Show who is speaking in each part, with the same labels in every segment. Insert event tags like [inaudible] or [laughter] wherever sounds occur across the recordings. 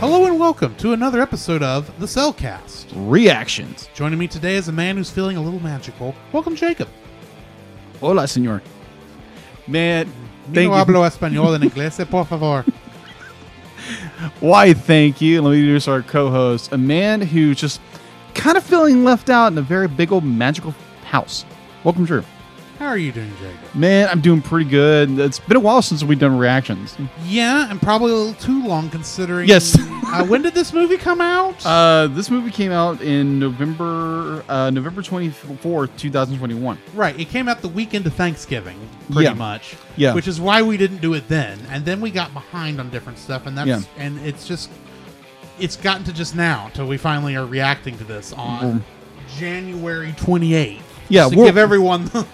Speaker 1: Hello and welcome to another episode of The Cellcast.
Speaker 2: Reactions.
Speaker 1: Joining me today is a man who's feeling a little magical. Welcome, Jacob.
Speaker 2: Hola, señor. Man,
Speaker 1: no
Speaker 2: thank you.
Speaker 1: hablo español
Speaker 2: [laughs]
Speaker 1: en inglés, por favor.
Speaker 2: Why, thank you. Let me introduce our co host, a man who's just kind of feeling left out in a very big old magical house. Welcome, Drew.
Speaker 1: How are you doing, Jacob?
Speaker 2: Man, I'm doing pretty good. It's been a while since we've done reactions.
Speaker 1: Yeah, and probably a little too long considering.
Speaker 2: Yes.
Speaker 1: [laughs] uh, when did this movie come out?
Speaker 2: Uh, this movie came out in November uh, November 24th, 2021.
Speaker 1: right, it came out the weekend of Thanksgiving, pretty
Speaker 2: Yeah.
Speaker 1: much.
Speaker 2: Yeah.
Speaker 1: Which is why we didn't do it then, and then we got behind on different stuff, and that's and it's just it's gotten to just now until we finally are reacting to this on January twenty eighth.
Speaker 2: Mm-hmm. Yeah,
Speaker 1: to
Speaker 2: we're-
Speaker 1: give everyone
Speaker 2: [laughs]
Speaker 1: the,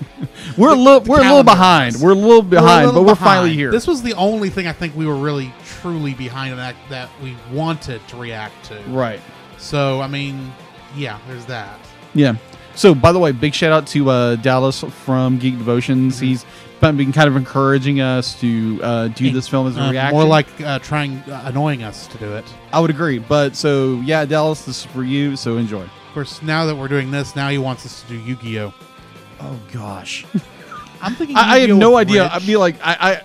Speaker 2: We're a little,
Speaker 1: the
Speaker 2: we're a
Speaker 1: calendar
Speaker 2: little behind.
Speaker 1: is.
Speaker 2: We're a little behind,
Speaker 1: We're a
Speaker 2: but
Speaker 1: little
Speaker 2: we're
Speaker 1: behind.
Speaker 2: finally here.
Speaker 1: This was the only thing I think we were really truly behind in that that we wanted to react to.
Speaker 2: right.
Speaker 1: So I mean, yeah, there's that.
Speaker 2: Yeah. So, by the way, big shout out to uh, Dallas from Geek Devotions. He's been been kind of encouraging us to uh, do this film as a
Speaker 1: Uh,
Speaker 2: reaction.
Speaker 1: more like uh, trying uh, annoying us to do it.
Speaker 2: I would agree. But so, yeah, Dallas, this is for you. So enjoy.
Speaker 1: Of course, now that we're doing this, now he wants us to do Yu-Gi-Oh.
Speaker 2: Oh [laughs] gosh,
Speaker 1: I'm thinking.
Speaker 2: I, I have
Speaker 1: Yu-Gi-Oh!
Speaker 2: no idea.
Speaker 1: Bridge.
Speaker 2: I'd be like, I, I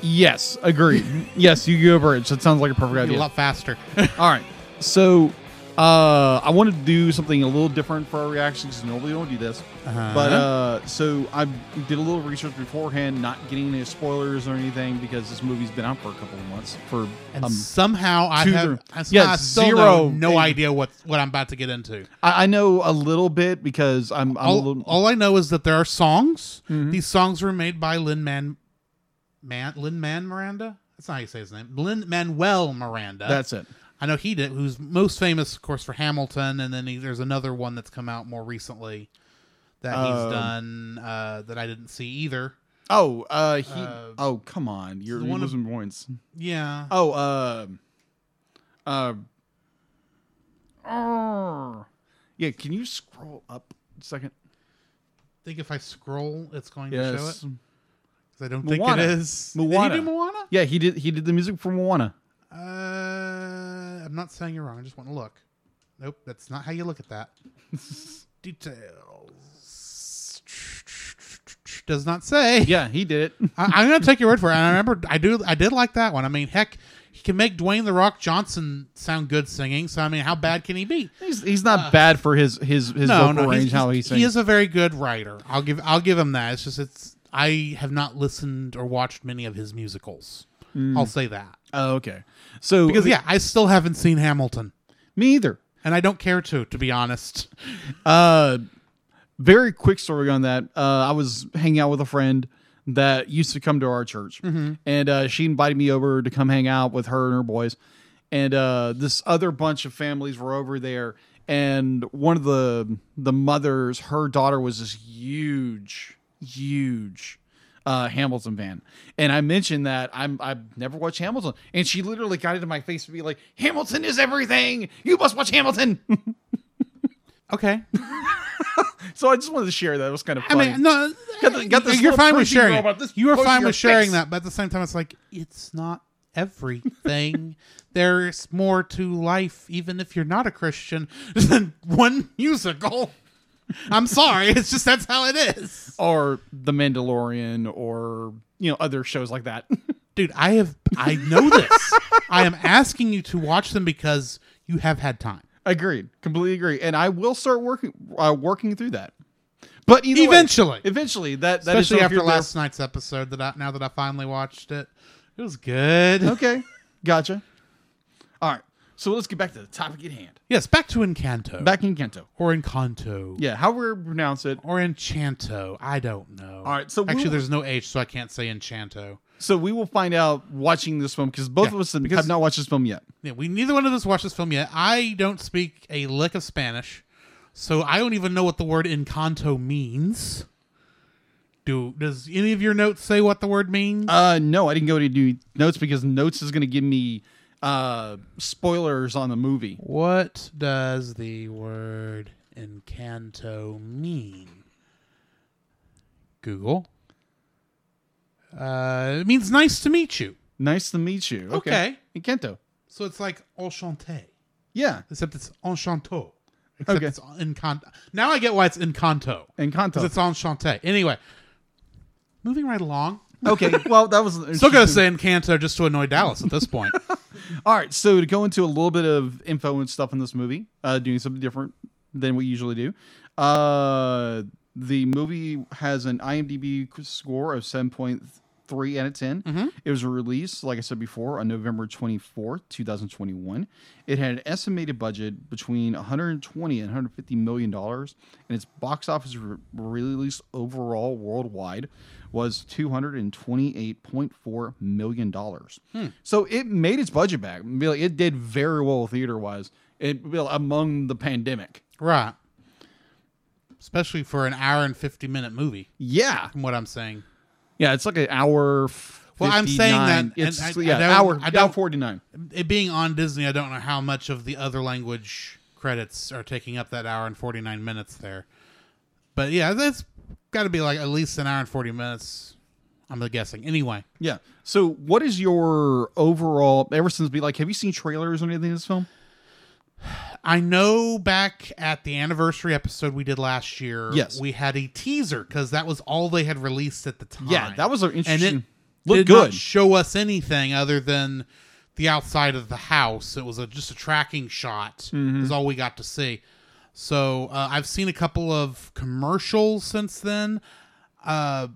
Speaker 2: yes, [laughs] agree. yes, you go bridge. That sounds like a perfect
Speaker 1: It'd be
Speaker 2: idea.
Speaker 1: a lot
Speaker 2: [laughs]
Speaker 1: faster.
Speaker 2: All right. So, uh, I wanted to do something a little different for our reactions. 'cause Normally, we don't do this.
Speaker 1: Uh-huh.
Speaker 2: But
Speaker 1: [laughs]
Speaker 2: uh, so I did a little research beforehand, not getting any spoilers or anything because this movie's been out for a couple of months. For
Speaker 1: and
Speaker 2: um,
Speaker 1: somehow I
Speaker 2: two
Speaker 1: have
Speaker 2: through-
Speaker 1: I,
Speaker 2: yeah,
Speaker 1: I still
Speaker 2: zero
Speaker 1: know no
Speaker 2: thing.
Speaker 1: idea what what I'm about to get into.
Speaker 2: I, I know a little bit because I'm, I'm a
Speaker 1: all,
Speaker 2: little. Mm-hmm.
Speaker 1: all I know is that there are songs. These songs were made by Lin Man, Man Lin Man Miranda. That's not how you say his name. Lin Manuel Miranda.
Speaker 2: that's it.
Speaker 1: I know he did. Who's most famous, of course, for Hamilton, and then he, there's another one that's come out more recently that
Speaker 2: Um,
Speaker 1: he's done uh, that I didn't see either.
Speaker 2: Oh, uh, he.
Speaker 1: Uh,
Speaker 2: oh, come on, you're
Speaker 1: the one
Speaker 2: losing points.
Speaker 1: Yeah,
Speaker 2: Oh, uh, uh,
Speaker 1: uh,
Speaker 2: oh. yeah. Can you scroll up a second?
Speaker 1: I think if I scroll, it's going to show it.
Speaker 2: Yes.
Speaker 1: 'Cause I don't
Speaker 2: Moana.
Speaker 1: think it is.
Speaker 2: Moana.
Speaker 1: Did he do Moana?
Speaker 2: Yeah, he did. He did the music for Moana.
Speaker 1: Uh, I'm not saying you're wrong. I just want to look. Nope, that's not how you look at that.
Speaker 2: [laughs]
Speaker 1: Details does not say.
Speaker 2: Yeah, he did
Speaker 1: [laughs]
Speaker 2: it.
Speaker 1: I, I'm gonna take your word for it. And I remember I do. I did like that one. I mean, heck, he can make Dwayne the Rock Johnson sound good singing. So I mean, how bad can he be?
Speaker 2: He's, he's not bad for his his his
Speaker 1: no,
Speaker 2: vocal
Speaker 1: no,
Speaker 2: range.
Speaker 1: he's,
Speaker 2: how he
Speaker 1: he's-
Speaker 2: sings.
Speaker 1: he is a very good writer. I'll give I'll give him that. It's just it's I have not listened or watched many of his musicals.
Speaker 2: Mm.
Speaker 1: I'll say that
Speaker 2: Oh, okay. So
Speaker 1: because yeah, I still haven't seen Hamilton.
Speaker 2: me either.
Speaker 1: and I don't care to, to be honest.
Speaker 2: Uh, very quick story on that. Uh, I was hanging out with a friend that used to come to our church,
Speaker 1: Mm-hmm.
Speaker 2: and uh, she invited me over to come hang out with her and her boys. And uh, this other bunch of families were over there, and one of the the mothers, her daughter was this huge, huge uh, Hamilton fan, and I mentioned that I'm I've never watched Hamilton, and she literally got into my face and be like, "Hamilton is everything. You must watch Hamilton." [laughs]
Speaker 1: Okay,
Speaker 2: So I just wanted to share that. It was kind of
Speaker 1: [laughs] I
Speaker 2: funny.
Speaker 1: mean, no,
Speaker 2: Got the- got this
Speaker 1: you're
Speaker 2: little
Speaker 1: fine with
Speaker 2: preaching
Speaker 1: sharing.
Speaker 2: robot,
Speaker 1: It.
Speaker 2: this
Speaker 1: You are
Speaker 2: close to
Speaker 1: fine
Speaker 2: your
Speaker 1: with sharing
Speaker 2: face.
Speaker 1: that, but at the same time, it's like it's not
Speaker 2: [laughs]
Speaker 1: everything. There's more to life, even if you're not a Christian, [laughs] than one musical. I'm sorry, it's just that's how it is,
Speaker 2: or The Mandalorian or you know other shows like that.
Speaker 1: dude. I have I know this. I am asking you to watch them because you have had time.
Speaker 2: [laughs] Agreed, completely agree. And I will start working uh, working through that. But either way-
Speaker 1: Eventually.
Speaker 2: eventually that that
Speaker 1: Especially
Speaker 2: is so if
Speaker 1: after
Speaker 2: you're there-
Speaker 1: last night's episode. That I, now that I finally watched it, it was good.
Speaker 2: [laughs] Okay, gotcha. All right, so let's get back to the topic at hand.
Speaker 1: Yes, back to Encanto.
Speaker 2: Back in Kento.
Speaker 1: or Encanto.
Speaker 2: Yeah, how we pronounce it.
Speaker 1: Or Enchanto. I don't know.
Speaker 2: All right, so we
Speaker 1: actually,
Speaker 2: will-
Speaker 1: there's no H, so I can't say Enchanto.
Speaker 2: So we will find out watching this film because both
Speaker 1: Yeah,
Speaker 2: of us have
Speaker 1: because-
Speaker 2: not watched this film yet.
Speaker 1: Yeah, we neither one of us watched this film yet. I don't speak a lick of Spanish, so I don't even know what the word Encanto means. Do does any of your notes say what the word means?
Speaker 2: Uh, no, I didn't go to do notes because notes is going to give me uh spoilers on the movie.
Speaker 1: what does the word Encanto mean? Google. Uh, it means nice to meet you.
Speaker 2: Nice to meet you.
Speaker 1: Okay.
Speaker 2: Encanto.
Speaker 1: So it's like enchanté,
Speaker 2: Yeah,
Speaker 1: except it's enchanto. Except
Speaker 2: Okay.
Speaker 1: it's encanto. Now I get why it's encanto.
Speaker 2: Encanto.
Speaker 1: Because [laughs] it's enchanté. Anyway, moving right along.
Speaker 2: okay, well that was
Speaker 1: Still gonna say Encanto just to annoy Dallas at this point.
Speaker 2: All right, so to go into a little bit of info and stuff in this movie, uh, doing something different than we usually do. Uh, the movie has an IMDb score of 7.3 out of 10. It was released, like I said before, on November 24th, 2021. It had an estimated budget between 120 and 150 million dollars, and its box office re- release overall worldwide was 228.4 million dollars.
Speaker 1: Hmm.
Speaker 2: So it made its budget back. Really, It did very well theater wise. It well, among the pandemic.
Speaker 1: right. Especially for an hour and fifty minute movie,
Speaker 2: Yeah,
Speaker 1: from what I'm saying.
Speaker 2: yeah. It's like an hour.
Speaker 1: Well, I'm saying that,
Speaker 2: 59. it's
Speaker 1: and I- I
Speaker 2: yeah,
Speaker 1: don't-
Speaker 2: hour.
Speaker 1: I
Speaker 2: hour
Speaker 1: don't-
Speaker 2: 49.
Speaker 1: It being on Disney, I don't know how much of the other language credits are taking up that hour and forty nine minutes there. But yeah, that's gotta be like at least an hour and forty minutes. I'm guessing. Anyway.
Speaker 2: Yeah. So, what is your overall? Ever since be like, have you seen trailers or anything in this film?
Speaker 1: I know back at the anniversary episode we did last year,
Speaker 2: Yes.
Speaker 1: we had a teaser because that was all they had released at the time.
Speaker 2: Yeah, Ah, that was an
Speaker 1: and it
Speaker 2: interesting. Looked
Speaker 1: did
Speaker 2: good.
Speaker 1: not show us anything other than the outside of the house. It was a, just a tracking shot
Speaker 2: Mm-hmm.
Speaker 1: is all we got to see. So uh, I've seen a couple of commercials since then, uh,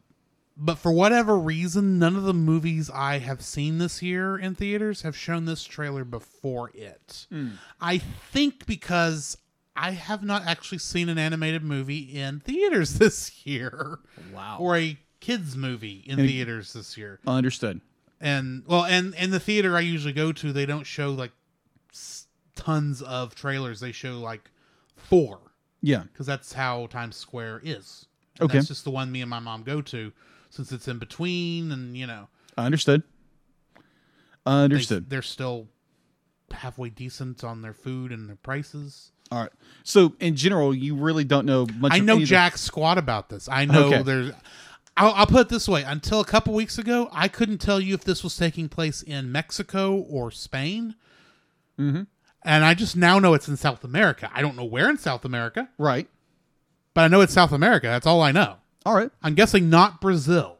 Speaker 1: but for whatever reason, none of the movies I have seen this year in theaters have shown this trailer before it.
Speaker 2: Hmm.
Speaker 1: I think because. I have not actually seen an animated movie in theaters [laughs] this year
Speaker 2: Wow.
Speaker 1: or a kids movie in theaters this year.
Speaker 2: Understood.
Speaker 1: And well, and and the theater I usually go to, they don't show like s- tons of trailers. They show like four
Speaker 2: Yeah.
Speaker 1: because that's how Times Square is. And
Speaker 2: Okay.
Speaker 1: that's just the one me and my mom go to since it's in between, and you know,
Speaker 2: Understood.
Speaker 1: they,
Speaker 2: Understood.
Speaker 1: they're still halfway decent on their food and their prices.
Speaker 2: All right. So in general, you really don't know much.
Speaker 1: I
Speaker 2: of
Speaker 1: know
Speaker 2: any of the-
Speaker 1: jack squat about this. I know
Speaker 2: Okay.
Speaker 1: there's. I'll, I'll put it this way: until a couple weeks ago, I couldn't tell you if this was taking place in Mexico or Spain. Mm-hmm. And I just now know it's in South America. I don't know where in South America,
Speaker 2: Right.
Speaker 1: but I know it's South America. That's all I know.
Speaker 2: All right.
Speaker 1: I'm guessing not Brazil,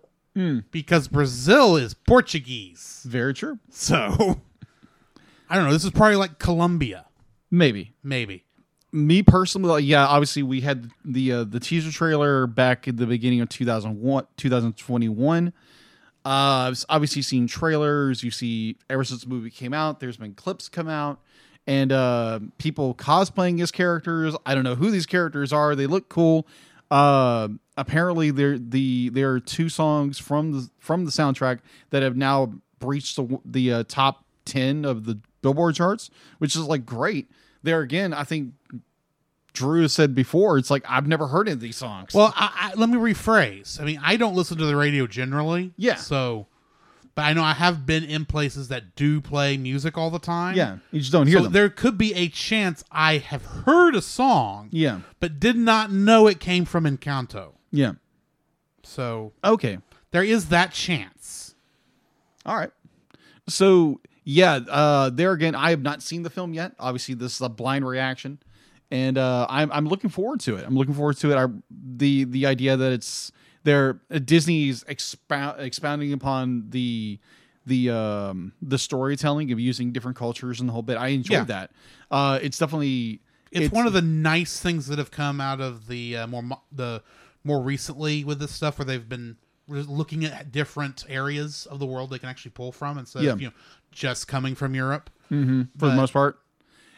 Speaker 1: because Brazil is Portuguese. [laughs]
Speaker 2: Very true.
Speaker 1: So I don't know. This is probably like Colombia,
Speaker 2: Maybe.
Speaker 1: maybe.
Speaker 2: me personally like, yeah obviously we had the uh, the teaser trailer back at the beginning of 2001 2021 uh I've obviously seen trailers you see ever since the movie came out there's been clips come out and uh people cosplaying as characters i don't know who these characters are they look cool uh apparently there the there are two songs from the from the soundtrack that have now breached the the uh, top 10 of the billboard charts which is like great there again i think drew has said before it's like i've never heard any of these songs
Speaker 1: Well, I, I, let me rephrase. I mean, I don't listen to the radio generally.
Speaker 2: Yeah.
Speaker 1: So, but I know I have been in places that do play music all the time.
Speaker 2: yeah you just don't hear
Speaker 1: So
Speaker 2: them
Speaker 1: there could be a chance I have heard a song,
Speaker 2: yeah
Speaker 1: but did not know it came from Encanto.
Speaker 2: yeah
Speaker 1: So
Speaker 2: okay
Speaker 1: there is that chance.
Speaker 2: All right. So yeah, uh, there again, I have not seen the film yet. Obviously, this is a blind reaction, and uh, I'm I'm looking forward to it. I'm looking forward to it. I, the the idea that it's they're uh, Disney's expound, expounding upon the the um the storytelling of using different cultures and the whole bit. I enjoyed
Speaker 1: Yeah.
Speaker 2: that. Uh, it's definitely
Speaker 1: It's, one of the nice things that have come out of the uh, more mo- the more recently with this stuff where they've been re- looking at different areas of the world they can actually pull from instead
Speaker 2: Yeah.
Speaker 1: of you know just coming from Europe.
Speaker 2: for the most part.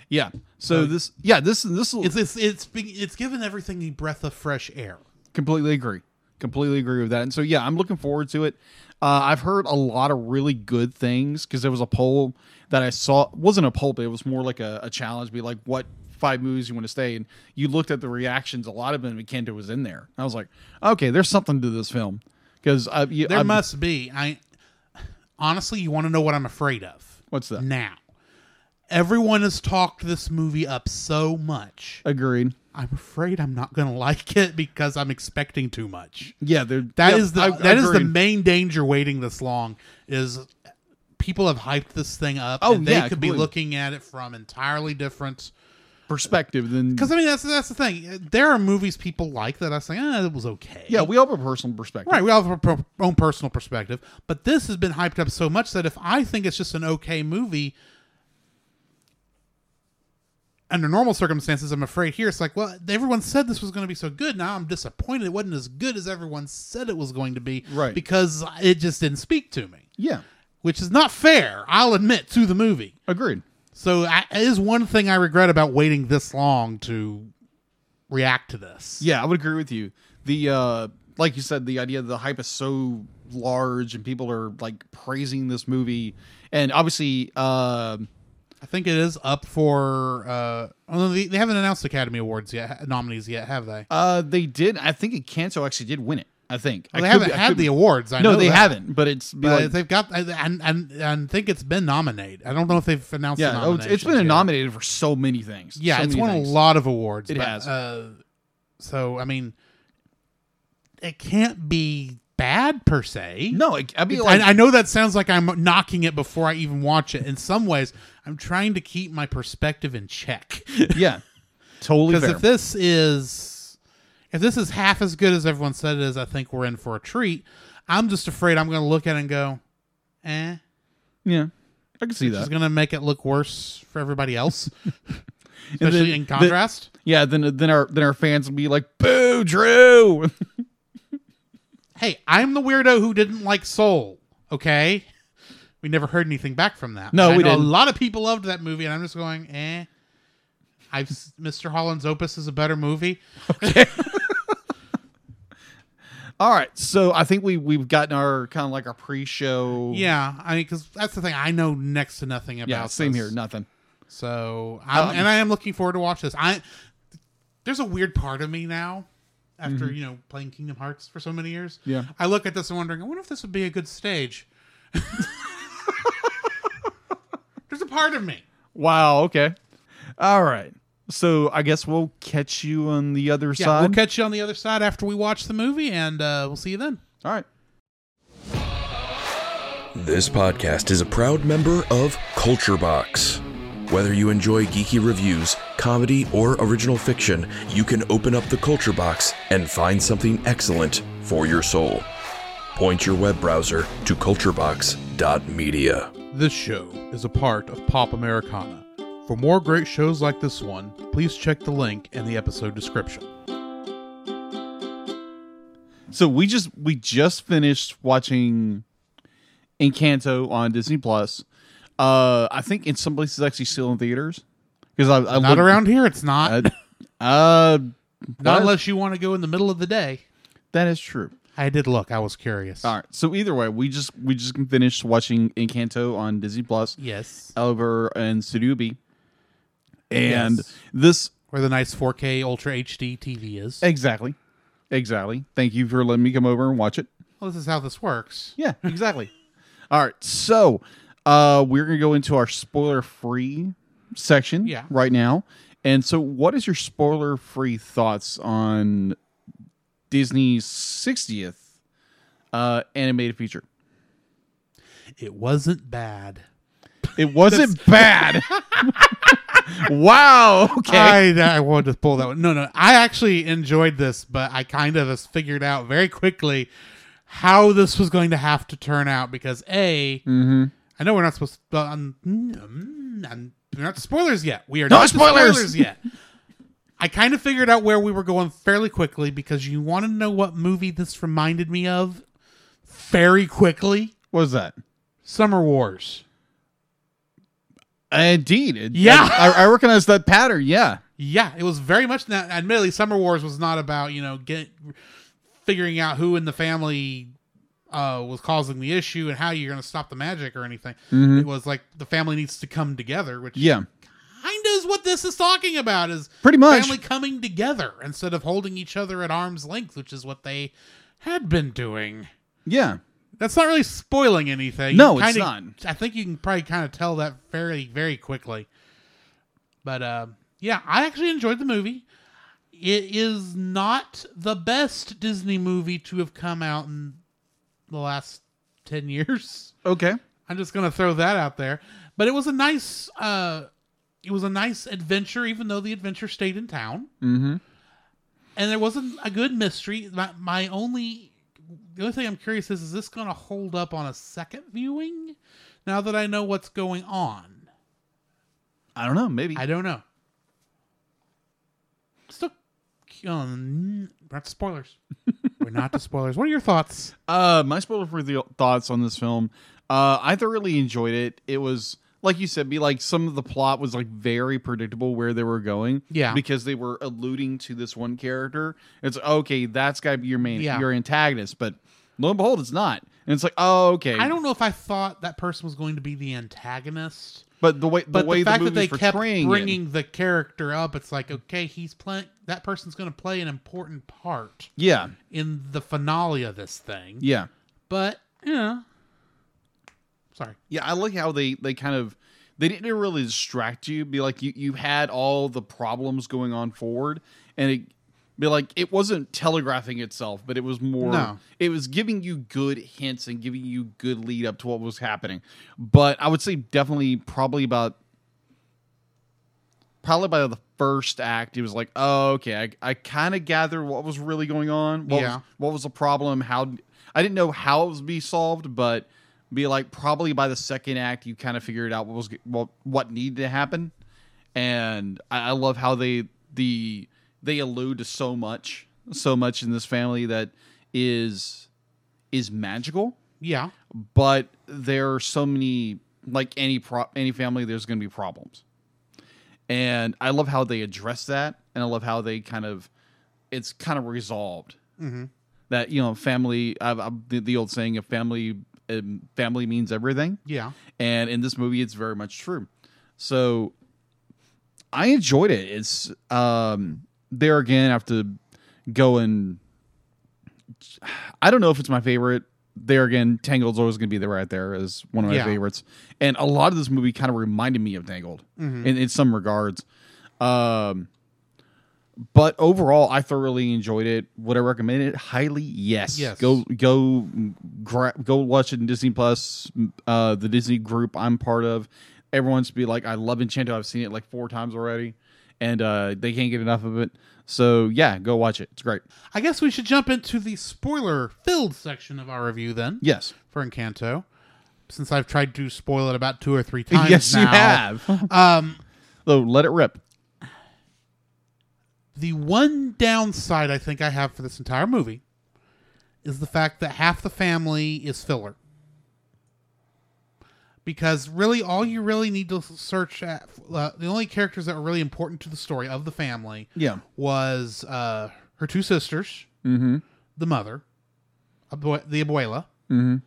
Speaker 2: Yeah. So this yeah this this will-
Speaker 1: It's it's it's being, it's given everything a breath of fresh air.
Speaker 2: Completely agree. Completely agree with that. And so, yeah, I'm looking forward to it. Uh, I've heard a lot of really good things because there was a poll that I saw. wasn't a poll, but it was more like a, a challenge. Be like, what five movies you want to stay? And you looked at the reactions. A lot of them, Kendo was in there. I was like, okay, there's something to this film because I, you-
Speaker 1: There
Speaker 2: I'm-
Speaker 1: must be. I honestly, you want to know what I'm afraid of
Speaker 2: What's that?
Speaker 1: now. Everyone has talked this movie up so much.
Speaker 2: Agreed.
Speaker 1: I'm afraid I'm not going to [laughs] like it because I'm expecting too much.
Speaker 2: Yeah, there.
Speaker 1: That
Speaker 2: yeah,
Speaker 1: is
Speaker 2: I-
Speaker 1: the that is the
Speaker 2: agreed.
Speaker 1: main danger waiting this long is people have hyped this thing up.
Speaker 2: Oh,
Speaker 1: and they
Speaker 2: yeah,
Speaker 1: could
Speaker 2: completely.
Speaker 1: be looking at it from entirely different.
Speaker 2: perspective than
Speaker 1: Because I mean, that's that's the thing. There are movies people like that I say, eh, it was okay.
Speaker 2: yeah, we all have a personal perspective.
Speaker 1: Right, we all have our pro- own personal perspective, but this has been hyped up so much that if I think it's just an okay movie, under normal circumstances, I'm afraid here it's like, well, everyone said this was going to be so good. Now I'm disappointed it wasn't as good as everyone said it was going to be,
Speaker 2: Right.
Speaker 1: Because it just didn't speak to me,
Speaker 2: Yeah,
Speaker 1: which is not fair. I'll admit to the movie.
Speaker 2: agreed.
Speaker 1: So I, it is one thing I regret about waiting this long to react to this.
Speaker 2: Yeah, I would agree with you. The uh like you said, the idea that the hype is so large and people are like praising this movie, and obviously, uh,
Speaker 1: I think it is up for. Uh, although they, they haven't announced Academy Awards yet, nominees yet, have they?
Speaker 2: uh, they did. I think Encanto actually did win it. I think I
Speaker 1: they
Speaker 2: could
Speaker 1: haven't
Speaker 2: be- I
Speaker 1: had
Speaker 2: could
Speaker 1: the
Speaker 2: be-
Speaker 1: awards. I
Speaker 2: No,
Speaker 1: know
Speaker 2: they
Speaker 1: that.
Speaker 2: haven't. But it's be
Speaker 1: But
Speaker 2: like,
Speaker 1: they've got I- and and and think it's been nominated. I don't know if they've announced.
Speaker 2: yeah,
Speaker 1: the
Speaker 2: oh, it's- it's
Speaker 1: nominations
Speaker 2: been
Speaker 1: yet.
Speaker 2: nominated for so many things.
Speaker 1: Yeah,
Speaker 2: so
Speaker 1: it's
Speaker 2: many
Speaker 1: won
Speaker 2: things.
Speaker 1: a lot of awards.
Speaker 2: It
Speaker 1: but,
Speaker 2: has.
Speaker 1: Uh, so I mean, it can't be bad per se.
Speaker 2: No, it, I'd be like,
Speaker 1: I, I know that sounds like I'm knocking it before I even watch it. In some ways, I'm trying to keep my perspective in check.
Speaker 2: [laughs] yeah, totally
Speaker 1: Because
Speaker 2: fair.
Speaker 1: if this is if this is half as good as everyone said it is, I think we're in for a treat. I'm just afraid I'm going to look at it and go, eh.
Speaker 2: yeah, I can see
Speaker 1: It's
Speaker 2: that.
Speaker 1: going to make it look worse for everybody
Speaker 2: [laughs]
Speaker 1: else,
Speaker 2: And
Speaker 1: especially
Speaker 2: then
Speaker 1: in
Speaker 2: the-
Speaker 1: contrast.
Speaker 2: yeah, then then our then our fans will be like, "Boo, Drew."
Speaker 1: hey, I'm the weirdo who didn't like Soul. Okay, we never heard anything back from that.
Speaker 2: No,
Speaker 1: But I
Speaker 2: we
Speaker 1: know
Speaker 2: didn't.
Speaker 1: A lot of people loved that movie, and I'm just going, eh. I've s- [laughs] Mr. Holland's Opus is a better movie.
Speaker 2: All right, so I think we we've gotten our kind of like our pre-show.
Speaker 1: Yeah, I mean, because that's the thing. I know next to nothing about.
Speaker 2: yeah, same
Speaker 1: this.
Speaker 2: here. Nothing.
Speaker 1: So, I'm, and I am looking forward to watch this. I there's a weird part of me now after you know playing Kingdom Hearts for so many years.
Speaker 2: Yeah.
Speaker 1: I look at this and wondering, I wonder if this would be a good stage. there's a part of me.
Speaker 2: Wow. Okay. All right. So I guess we'll catch you on the other
Speaker 1: Yeah,
Speaker 2: side.
Speaker 1: we'll catch you on the other side after we watch the movie, and uh, we'll see you then.
Speaker 2: All right.
Speaker 3: This podcast is a proud member of Culture Box. Whether you enjoy geeky reviews, comedy, or original fiction, you can open up the Culture Box and find something excellent for your soul. Point your web browser to culturebox.media.
Speaker 1: This show is a part of Pop Americana. For more great shows like this one, please check the link in the episode description.
Speaker 2: So we just we just finished watching Encanto on Disney Plus. Uh, I think in some places actually still in theaters because I, I
Speaker 1: Not
Speaker 2: looked-
Speaker 1: around here, it's not.
Speaker 2: I- [laughs] uh,
Speaker 1: not
Speaker 2: that-
Speaker 1: unless you want to go in the middle of the day.
Speaker 2: that is true.
Speaker 1: I did look. I was curious.
Speaker 2: All right. So either way, we just we just finished watching Encanto on Disney Plus.
Speaker 1: Yes.
Speaker 2: over in Studio B. And
Speaker 1: Yes.
Speaker 2: this
Speaker 1: Where the nice 4K Ultra HD TV is.
Speaker 2: exactly, exactly. Thank you for letting me come over and watch it.
Speaker 1: Well, this is how this works.
Speaker 2: Yeah, exactly. [laughs] All right, so uh, we're gonna go into our spoiler-free section
Speaker 1: Yeah.
Speaker 2: right now. And so, what is your spoiler-free thoughts on Disney's 60th uh, animated [laughs] feature?
Speaker 1: It wasn't bad.
Speaker 2: It wasn't bad. [laughs] wow. Okay.
Speaker 1: I, I wanted to pull that one. No, no. I actually enjoyed this, but I kind of has figured out very quickly how this was going to have to turn out because A, I
Speaker 2: Mm-hmm.
Speaker 1: know we're not supposed to. Um, mm, um, we're not spoilers yet. We are
Speaker 2: No
Speaker 1: not
Speaker 2: spoilers!
Speaker 1: spoilers yet. I kind of figured out where we were going fairly quickly because you want to know what movie this reminded me of very quickly.
Speaker 2: what was that?
Speaker 1: Summer Wars.
Speaker 2: Indeed. It-
Speaker 1: Yeah.
Speaker 2: I, I recognize that pattern. Yeah.
Speaker 1: Yeah, it was very much that. Admittedly, Summer Wars was not about you know get figuring out who in the family uh, was causing the issue and how you're going to stop the magic or anything. It was like the family needs to come together, which
Speaker 2: Mm-hmm. Yeah.
Speaker 1: kind of is what this is talking about. Is
Speaker 2: Pretty much.
Speaker 1: family coming together instead of holding each other at arm's length, which is what they had been doing.
Speaker 2: Yeah.
Speaker 1: That's not really spoiling anything.
Speaker 2: No,
Speaker 1: You
Speaker 2: it's
Speaker 1: kinda- I think you can probably kind of tell that fairly, very quickly. But uh, yeah, I actually enjoyed the movie. It is not the best Disney movie to have come out in the last ten [laughs] years.
Speaker 2: Okay.
Speaker 1: I'm just gonna throw that out there. But it was a nice, uh, it was a nice adventure, even though the adventure stayed in town. Mm-hmm. And there wasn't a good mystery. My, my only, the only thing I'm curious is, is this gonna hold up on a second viewing? Now that I know what's going on,
Speaker 2: I don't know. Maybe.
Speaker 1: I don't know. Still, um, not to spoilers. We're not to spoilers. What are your thoughts?
Speaker 2: Uh, my spoiler for the thoughts on this film. Uh, I thoroughly enjoyed it. It was like you said, be like some of the plot was like very predictable where they were going.
Speaker 1: Yeah.
Speaker 2: because they were alluding to this one character. It's okay. That's got to be your main,
Speaker 1: Yeah.
Speaker 2: your antagonist. But lo and behold, it's not. And it's like, oh, okay.
Speaker 1: I don't know if I thought that person was going to be the antagonist.
Speaker 2: But the way the
Speaker 1: but
Speaker 2: way
Speaker 1: the fact that
Speaker 2: movie's
Speaker 1: they kept
Speaker 2: portraying it-
Speaker 1: bringing the character up, it's like okay, he's playing. That person's going to play an important part
Speaker 2: yeah,
Speaker 1: in the finale of this thing.
Speaker 2: yeah,
Speaker 1: But yeah, sorry.
Speaker 2: yeah. I like how they they kind of they didn't really distract you. Be like you you had all the problems going on forward, and it be like it wasn't telegraphing itself, but it was more.
Speaker 1: No.
Speaker 2: It was giving you good hints and giving you good lead up to what was happening. But I would say definitely probably about probably by the first act, it was like, oh, okay, I, I kind of gathered what was really going on. What,
Speaker 1: Yeah.
Speaker 2: was, what was the problem? How I didn't know how it was be solved, but be like probably by the second act, you kind of figured out what was what what needed to happen. And I, I love how they the they allude to so much, so much in this family that is is magical
Speaker 1: Yeah,
Speaker 2: but there are so many like any pro any family there's going to be problems and i love how they address that and i love how they kind of it's kind of resolved that you know family I've, I've, the, the old saying of family um, family means everything
Speaker 1: yeah.
Speaker 2: and in this movie it's very much true so i enjoyed it it's um there again i have to go and i don't know if it's my favorite there again tangled's always going to be there right there as one of my
Speaker 1: Yeah.
Speaker 2: favorites and a lot of this movie kind of reminded me of tangled in, in some regards um but overall i thoroughly enjoyed it would i recommend it highly yes
Speaker 1: Yes.
Speaker 2: go go gra- go watch it in Disney Plus, uh, the Disney group I'm part of. Everyone's be like, I love Enchanto. I've seen it like four times already, and uh, they can't get enough of it. So yeah, go watch it. It's great.
Speaker 1: I guess we should jump into the spoiler-filled section of our review then
Speaker 2: Yes, [laughs]
Speaker 1: for Encanto, since I've tried to spoil it about two or three times.
Speaker 2: [laughs] yes, you
Speaker 1: now.
Speaker 2: [laughs] have.
Speaker 1: Um,
Speaker 2: so let it rip.
Speaker 1: the one downside I think I have for this entire movie is the fact that half the family is filler. Because really, all you really need to search at uh, the only characters that were really important to the story of the family
Speaker 2: Yeah,
Speaker 1: was uh, her two sisters,
Speaker 2: Mhm.
Speaker 1: the mother, abue- the abuela,
Speaker 2: Mhm.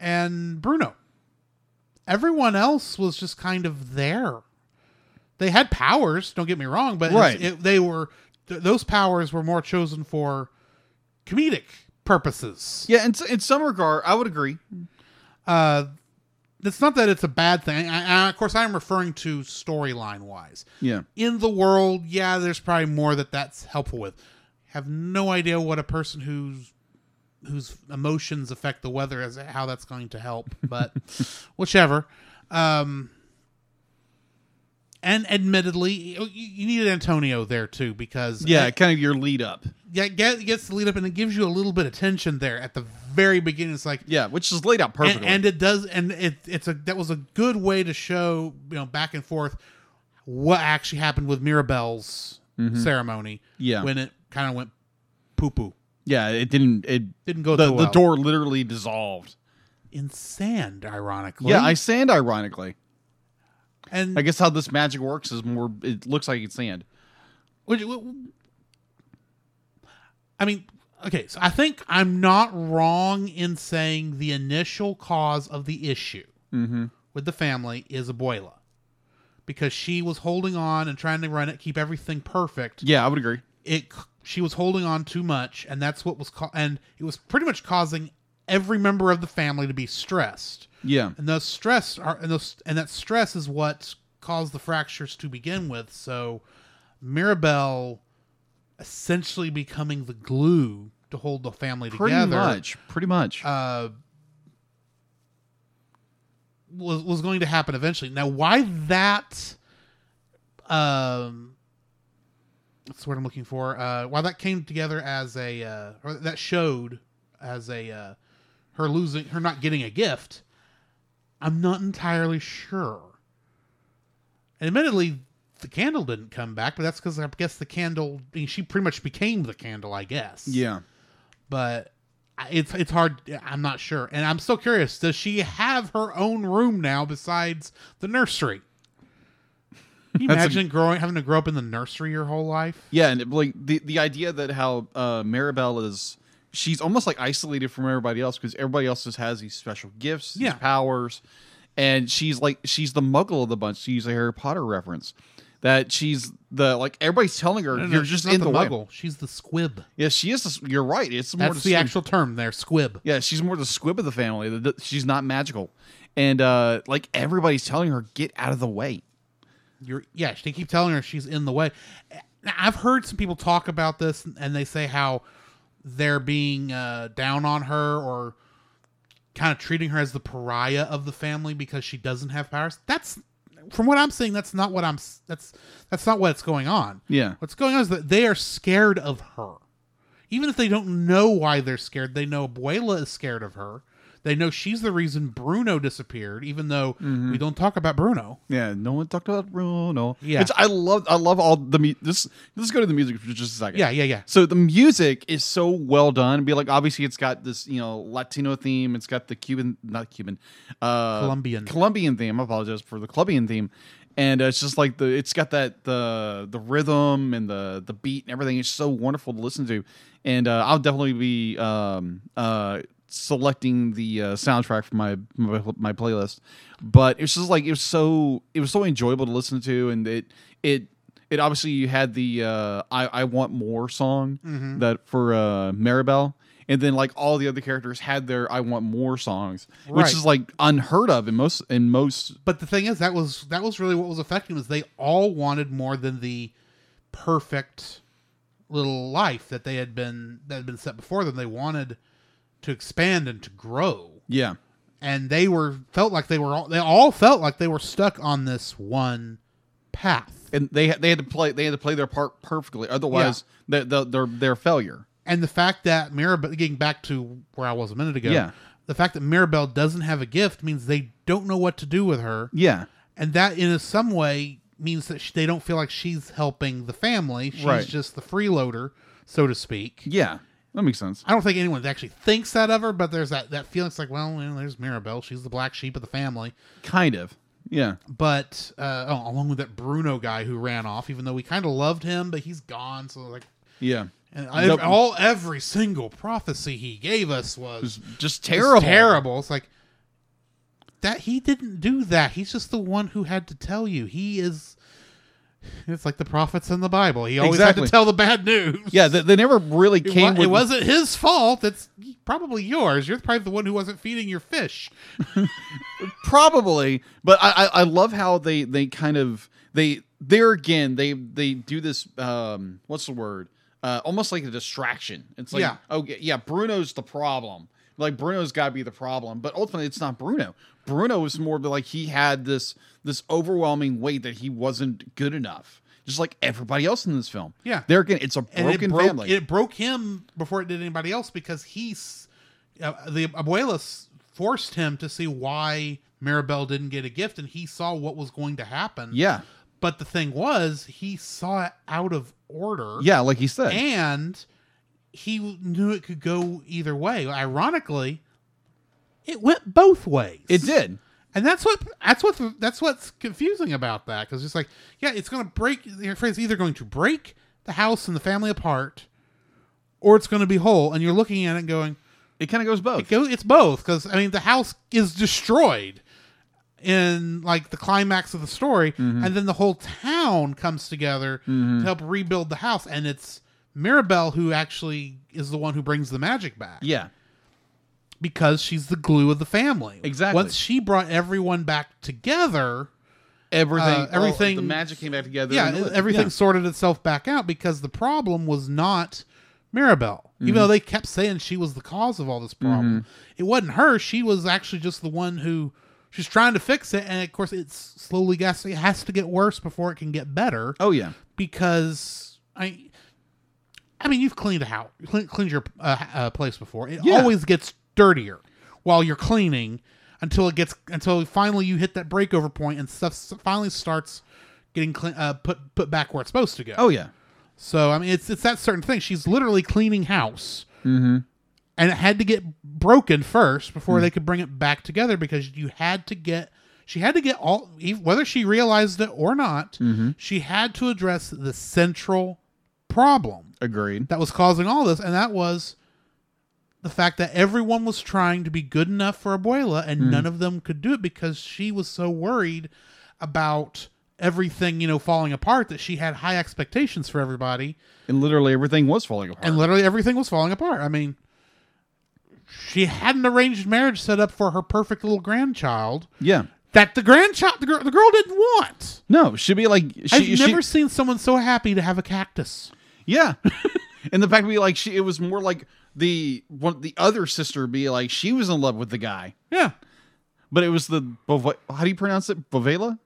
Speaker 1: and Bruno. Everyone else was just kind of there. They had powers, don't get me wrong, but it's-
Speaker 2: Right.
Speaker 1: it, they were th- those powers were more chosen for comedic purposes.
Speaker 2: yeah. In, s- in some regard, I would agree.
Speaker 1: Uh, it's not that it's a bad thing. I, I, of course, I am referring to storyline wise.
Speaker 2: Yeah,
Speaker 1: in the world, yeah, there's probably more that that's helpful with. Have no idea what a person whose whose emotions affect the weather as how that's going to help, but whichever. Um, and admittedly, oh, you, you needed Antonio there too because
Speaker 2: yeah. Kind of your lead up.
Speaker 1: yeah, get, gets the lead up and it gives you a little bit of tension there at the very beginning. It's like
Speaker 2: Yeah, which is laid out
Speaker 1: and,
Speaker 2: perfectly.
Speaker 1: and it does and it, it's a that was a good way to show you know back and forth what actually happened with mirabelle's ceremony
Speaker 2: Mm-hmm. Yeah.
Speaker 1: when it kind of went poo poo
Speaker 2: yeah, it didn't. It
Speaker 1: didn't go
Speaker 2: the,
Speaker 1: too well.
Speaker 2: the door literally dissolved.
Speaker 1: in sand ironically
Speaker 2: Yeah, I sand ironically.
Speaker 1: and
Speaker 2: I guess how this magic works is more. It looks like it's sand.
Speaker 1: Which, w- I mean, okay, so I think I'm not wrong in saying the initial cause of the issue
Speaker 2: Mm-hmm.
Speaker 1: with the family is Abuela. Because she was holding on and trying to run it, keep everything perfect.
Speaker 2: Yeah, I would agree.
Speaker 1: It c- she was holding on too much, and that's what was ca- and it was pretty much causing every member of the family to be stressed
Speaker 2: Yeah.
Speaker 1: and those stress are and those and that stress is what caused the fractures to begin with so mirabelle essentially becoming the glue to hold the family
Speaker 2: Pretty Uh,
Speaker 1: together
Speaker 2: much. Pretty much.
Speaker 1: uh was was going to happen eventually. Now, why that? Um, that's what I'm looking for. Uh, why that came together as a uh, or that showed as a uh, her losing her not getting a gift. I'm not entirely sure. And admittedly, the candle didn't come back, but that's because I guess the candle. I mean, she pretty much became the candle, I guess
Speaker 2: Yeah.
Speaker 1: but I- it's it's hard. I'm not sure, and I'm still curious. Does she have her own room now besides the nursery? Can you
Speaker 2: That's a-
Speaker 1: imagine growing having to grow up in the nursery your whole life?
Speaker 2: Yeah, and like the the idea that how uh, Maribel is, she's almost like isolated from everybody else because everybody else just has these special gifts, these
Speaker 1: Yeah.
Speaker 2: powers, and she's like she's the Muggle of the bunch. She's a Harry Potter reference. That she's the like everybody's telling her
Speaker 1: No, no,
Speaker 2: you're
Speaker 1: she's
Speaker 2: just
Speaker 1: not
Speaker 2: in the, way.
Speaker 1: muggle. She's the squib.
Speaker 2: Yeah, she is. The, you're right. It's more
Speaker 1: That's
Speaker 2: the
Speaker 1: the actual term there, squib.
Speaker 2: Yeah, she's more the squib of the family. The- the- She's not magical, and uh like everybody's telling her get out of the way.
Speaker 1: You're yeah. They keep telling her she's in the way. Now, I've heard some people talk about this, and they say how they're being uh, down on her or kind of treating her as the pariah of the family because she doesn't have powers. That's from what I'm seeing. That's not what I'm. s- That's that's not what's going on.
Speaker 2: Yeah.
Speaker 1: What's going on is that they are scared of her. Even if they don't know why they're scared, they know Abuela is scared of her. They know she's the reason Bruno disappeared, even though we don't talk about Bruno.
Speaker 2: Yeah, no one talked about Bruno.
Speaker 1: Yeah.
Speaker 2: It's- I love I love all the mu- this. Let's go to the music for just a second.
Speaker 1: Yeah, yeah, yeah.
Speaker 2: So the music is so well done. Be like, obviously, it's got this you know Latino theme. It's got the Cuban, not Cuban, uh,
Speaker 1: Colombian.
Speaker 2: Colombian theme. I apologize for the Colombian theme. And uh, it's just like the it's got that the the rhythm and the the beat and everything. It's so wonderful to listen to. And uh, I'll definitely be um, uh, selecting the uh, soundtrack for my, my my playlist. But it's just like it was so it was so enjoyable to listen to, and it it it obviously you had the uh, I, I want more song that for uh, Maribel, and then like all the other characters had their I want more songs,
Speaker 1: Right.
Speaker 2: which is like unheard of in most in most.
Speaker 1: But the thing is, that was that was really what was affecting was they all wanted more than the perfect little life that they had been that had been set before them. They wanted to expand and to grow,
Speaker 2: Yeah,
Speaker 1: and they were felt like they were all they all felt like they were stuck on this one path.
Speaker 2: and they had- they had to play they had to play their part perfectly, otherwise they they they're they're failure.
Speaker 1: And the fact that Mirabel, getting back to where I was a minute ago,
Speaker 2: Yeah.
Speaker 1: the fact that Mirabel doesn't have a gift means they don't know what to do with her.
Speaker 2: Yeah,
Speaker 1: and that in a, some way means that sh they don't feel like she's helping the family she's
Speaker 2: Right.
Speaker 1: just the freeloader so to speak
Speaker 2: yeah, that makes sense.
Speaker 1: i don't think anyone actually thinks that of her but there's that, that feeling it's like well you know, there's mirabelle she's the black sheep of the family
Speaker 2: Kind of. Yeah,
Speaker 1: but uh, oh, along with that bruno guy who ran off even though we kind of loved him but he's gone so like
Speaker 2: yeah.
Speaker 1: and I-
Speaker 2: Nope.
Speaker 1: all every single prophecy he gave us was
Speaker 2: It's just terrible.
Speaker 1: it's terrible. It's like that he didn't do that. He's just the one who had to tell you. He is. It's like the prophets in the Bible. He always had
Speaker 2: Exactly.
Speaker 1: to tell the bad news.
Speaker 2: Yeah, they, they never really
Speaker 1: It,
Speaker 2: came.
Speaker 1: wa-
Speaker 2: with,
Speaker 1: it wasn't his fault. It's probably yours. You're probably the one who wasn't feeding your fish.
Speaker 2: probably but I, I i love how they they kind of they there again they they do this um what's the word uh almost like a distraction it's like
Speaker 1: Yeah.
Speaker 2: okay yeah bruno's the problem like bruno's got to be the problem but ultimately it's not bruno bruno was more of like he had this this overwhelming weight that he wasn't good enough just like everybody else in this film
Speaker 1: Yeah.
Speaker 2: there again it's a
Speaker 1: And
Speaker 2: broken
Speaker 1: it broke,
Speaker 2: family
Speaker 1: It broke him before it did anybody else because he's uh, the abuelas forced him to see why Maribel didn't get a gift, and he saw what was going to happen.
Speaker 2: yeah
Speaker 1: But the thing was, he saw it out of order.
Speaker 2: yeah like he said
Speaker 1: And he knew it could go either way. Ironically, it went both ways.
Speaker 2: it did
Speaker 1: And that's what that's what that's what's confusing about that cuz it's like, yeah, it's going to break your friend's either going to break the house and the family apart or it's going to be whole and you're looking at it going,
Speaker 2: it kind of goes both
Speaker 1: go it's both because i mean the house is destroyed in like the climax of the story and then the whole town comes together to help rebuild the house and it's mirabelle who actually is the one who brings the magic back
Speaker 2: yeah
Speaker 1: because she's the glue of the family
Speaker 2: Exactly.
Speaker 1: once she brought everyone back together
Speaker 2: everything
Speaker 1: Uh,
Speaker 2: all-
Speaker 1: everything-
Speaker 2: the magic came back together and it
Speaker 1: yeah
Speaker 2: lived.
Speaker 1: everything
Speaker 2: Yeah.
Speaker 1: sorted itself back out because the problem was not mirabelle even
Speaker 2: Mm-hmm.
Speaker 1: though they kept saying she was the cause of all this problem it wasn't her she was actually just the one who She's trying to fix it, and of course, it's slowly gas. It has to get worse before it can get better.
Speaker 2: Oh yeah.
Speaker 1: because I, I mean, you've cleaned a house, clean, cleaned your uh, ha- uh, place before. It
Speaker 2: Yeah.
Speaker 1: always gets dirtier while you're cleaning until it gets until finally you hit that breakover point and stuff s- finally starts getting clean, uh, put put back where it's supposed to go.
Speaker 2: Oh yeah.
Speaker 1: So I mean, it's it's that certain thing. She's literally cleaning house, mm-hmm. and it had to get broken first before they could bring it back together because you had to get. She had to get all, ev- whether she realized it or not, she had to address the central problem
Speaker 2: Agreed.
Speaker 1: that was causing all this, and that was the fact that everyone was trying to be good enough for Abuela, and none of them could do it because she was so worried about everything, you know, falling apart that she had high expectations for everybody,
Speaker 2: And literally everything was falling apart.
Speaker 1: and literally everything was falling apart. I mean, she had an arranged marriage set up for her perfect little grandchild
Speaker 2: yeah.
Speaker 1: that the grandchild, the girl, the girl didn't want.
Speaker 2: No, she'd be like she,
Speaker 1: I've
Speaker 2: she-
Speaker 1: never seen someone so happy to have a cactus.
Speaker 2: Yeah. [laughs] and the fact to be like she it was more like the one the other sister be like she was in love with the guy.
Speaker 1: Yeah.
Speaker 2: But it was the Bova- how do you pronounce it? Bovela?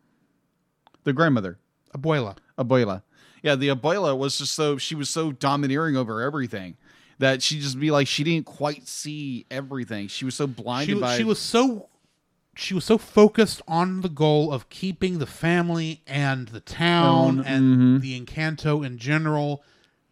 Speaker 2: The grandmother.
Speaker 1: Abuela.
Speaker 2: Abuela. Yeah, the abuela was just so she was so domineering over everything that she just be like she didn't quite see everything. She was so blinded
Speaker 1: she,
Speaker 2: by
Speaker 1: she was so she was so focused on the goal of keeping the family and the town
Speaker 2: Town, mm-hmm.
Speaker 1: and the encanto in general